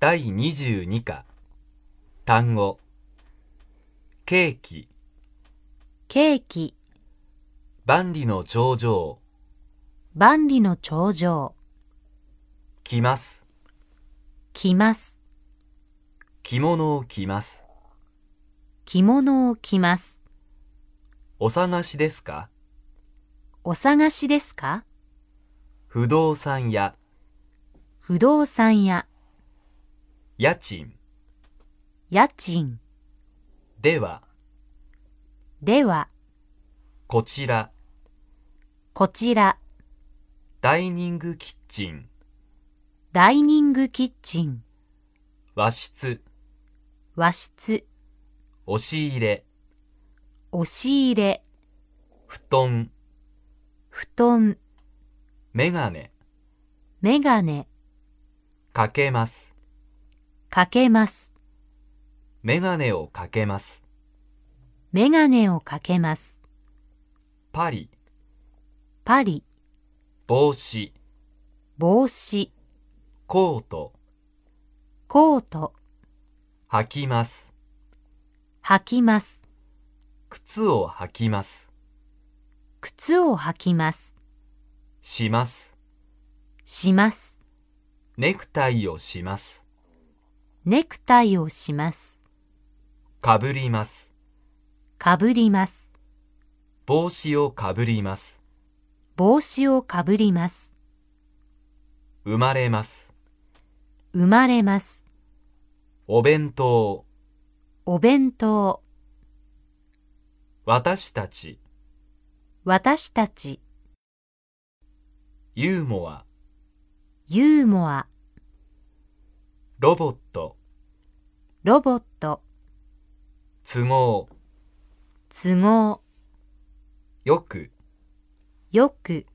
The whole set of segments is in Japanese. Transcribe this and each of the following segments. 第22課単語ケーキケーキ、万里の長城万里の長城、着ます着ます、着物を着ます着物を着ます。お探しですかお探しですか不動産屋不動産屋、家賃家賃、ではでは、こちらこちら、ダイニングキッチンダイニングキッチン、和室和室、押し入れ押し入れ、布団布団、メガネメガネ、かけますかけます。メガネをかけますメガネをかけます。パリパリ、帽子帽子、コートコート、履きます履きます。靴を履きます。靴を履きます。します。します。ネクタイをします。ネクタイをします。かぶります。かぶります。帽子をかぶります。帽子をかぶります。生まれます。生まれます。お弁当。お弁当。私たち。私たち。ユーモア。ユーモア。ロボット。ロボット。都合。都合。よく。よく。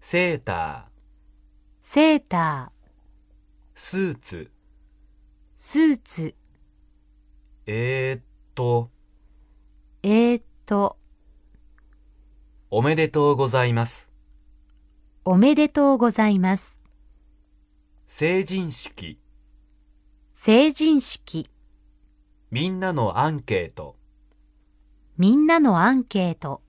セーター。セーター。スーツ。スーツ。えー、っと、えーっと。おめでとうございます。おめでとうございます。成人式。成人式。みんなのアンケート。みんなのアンケート。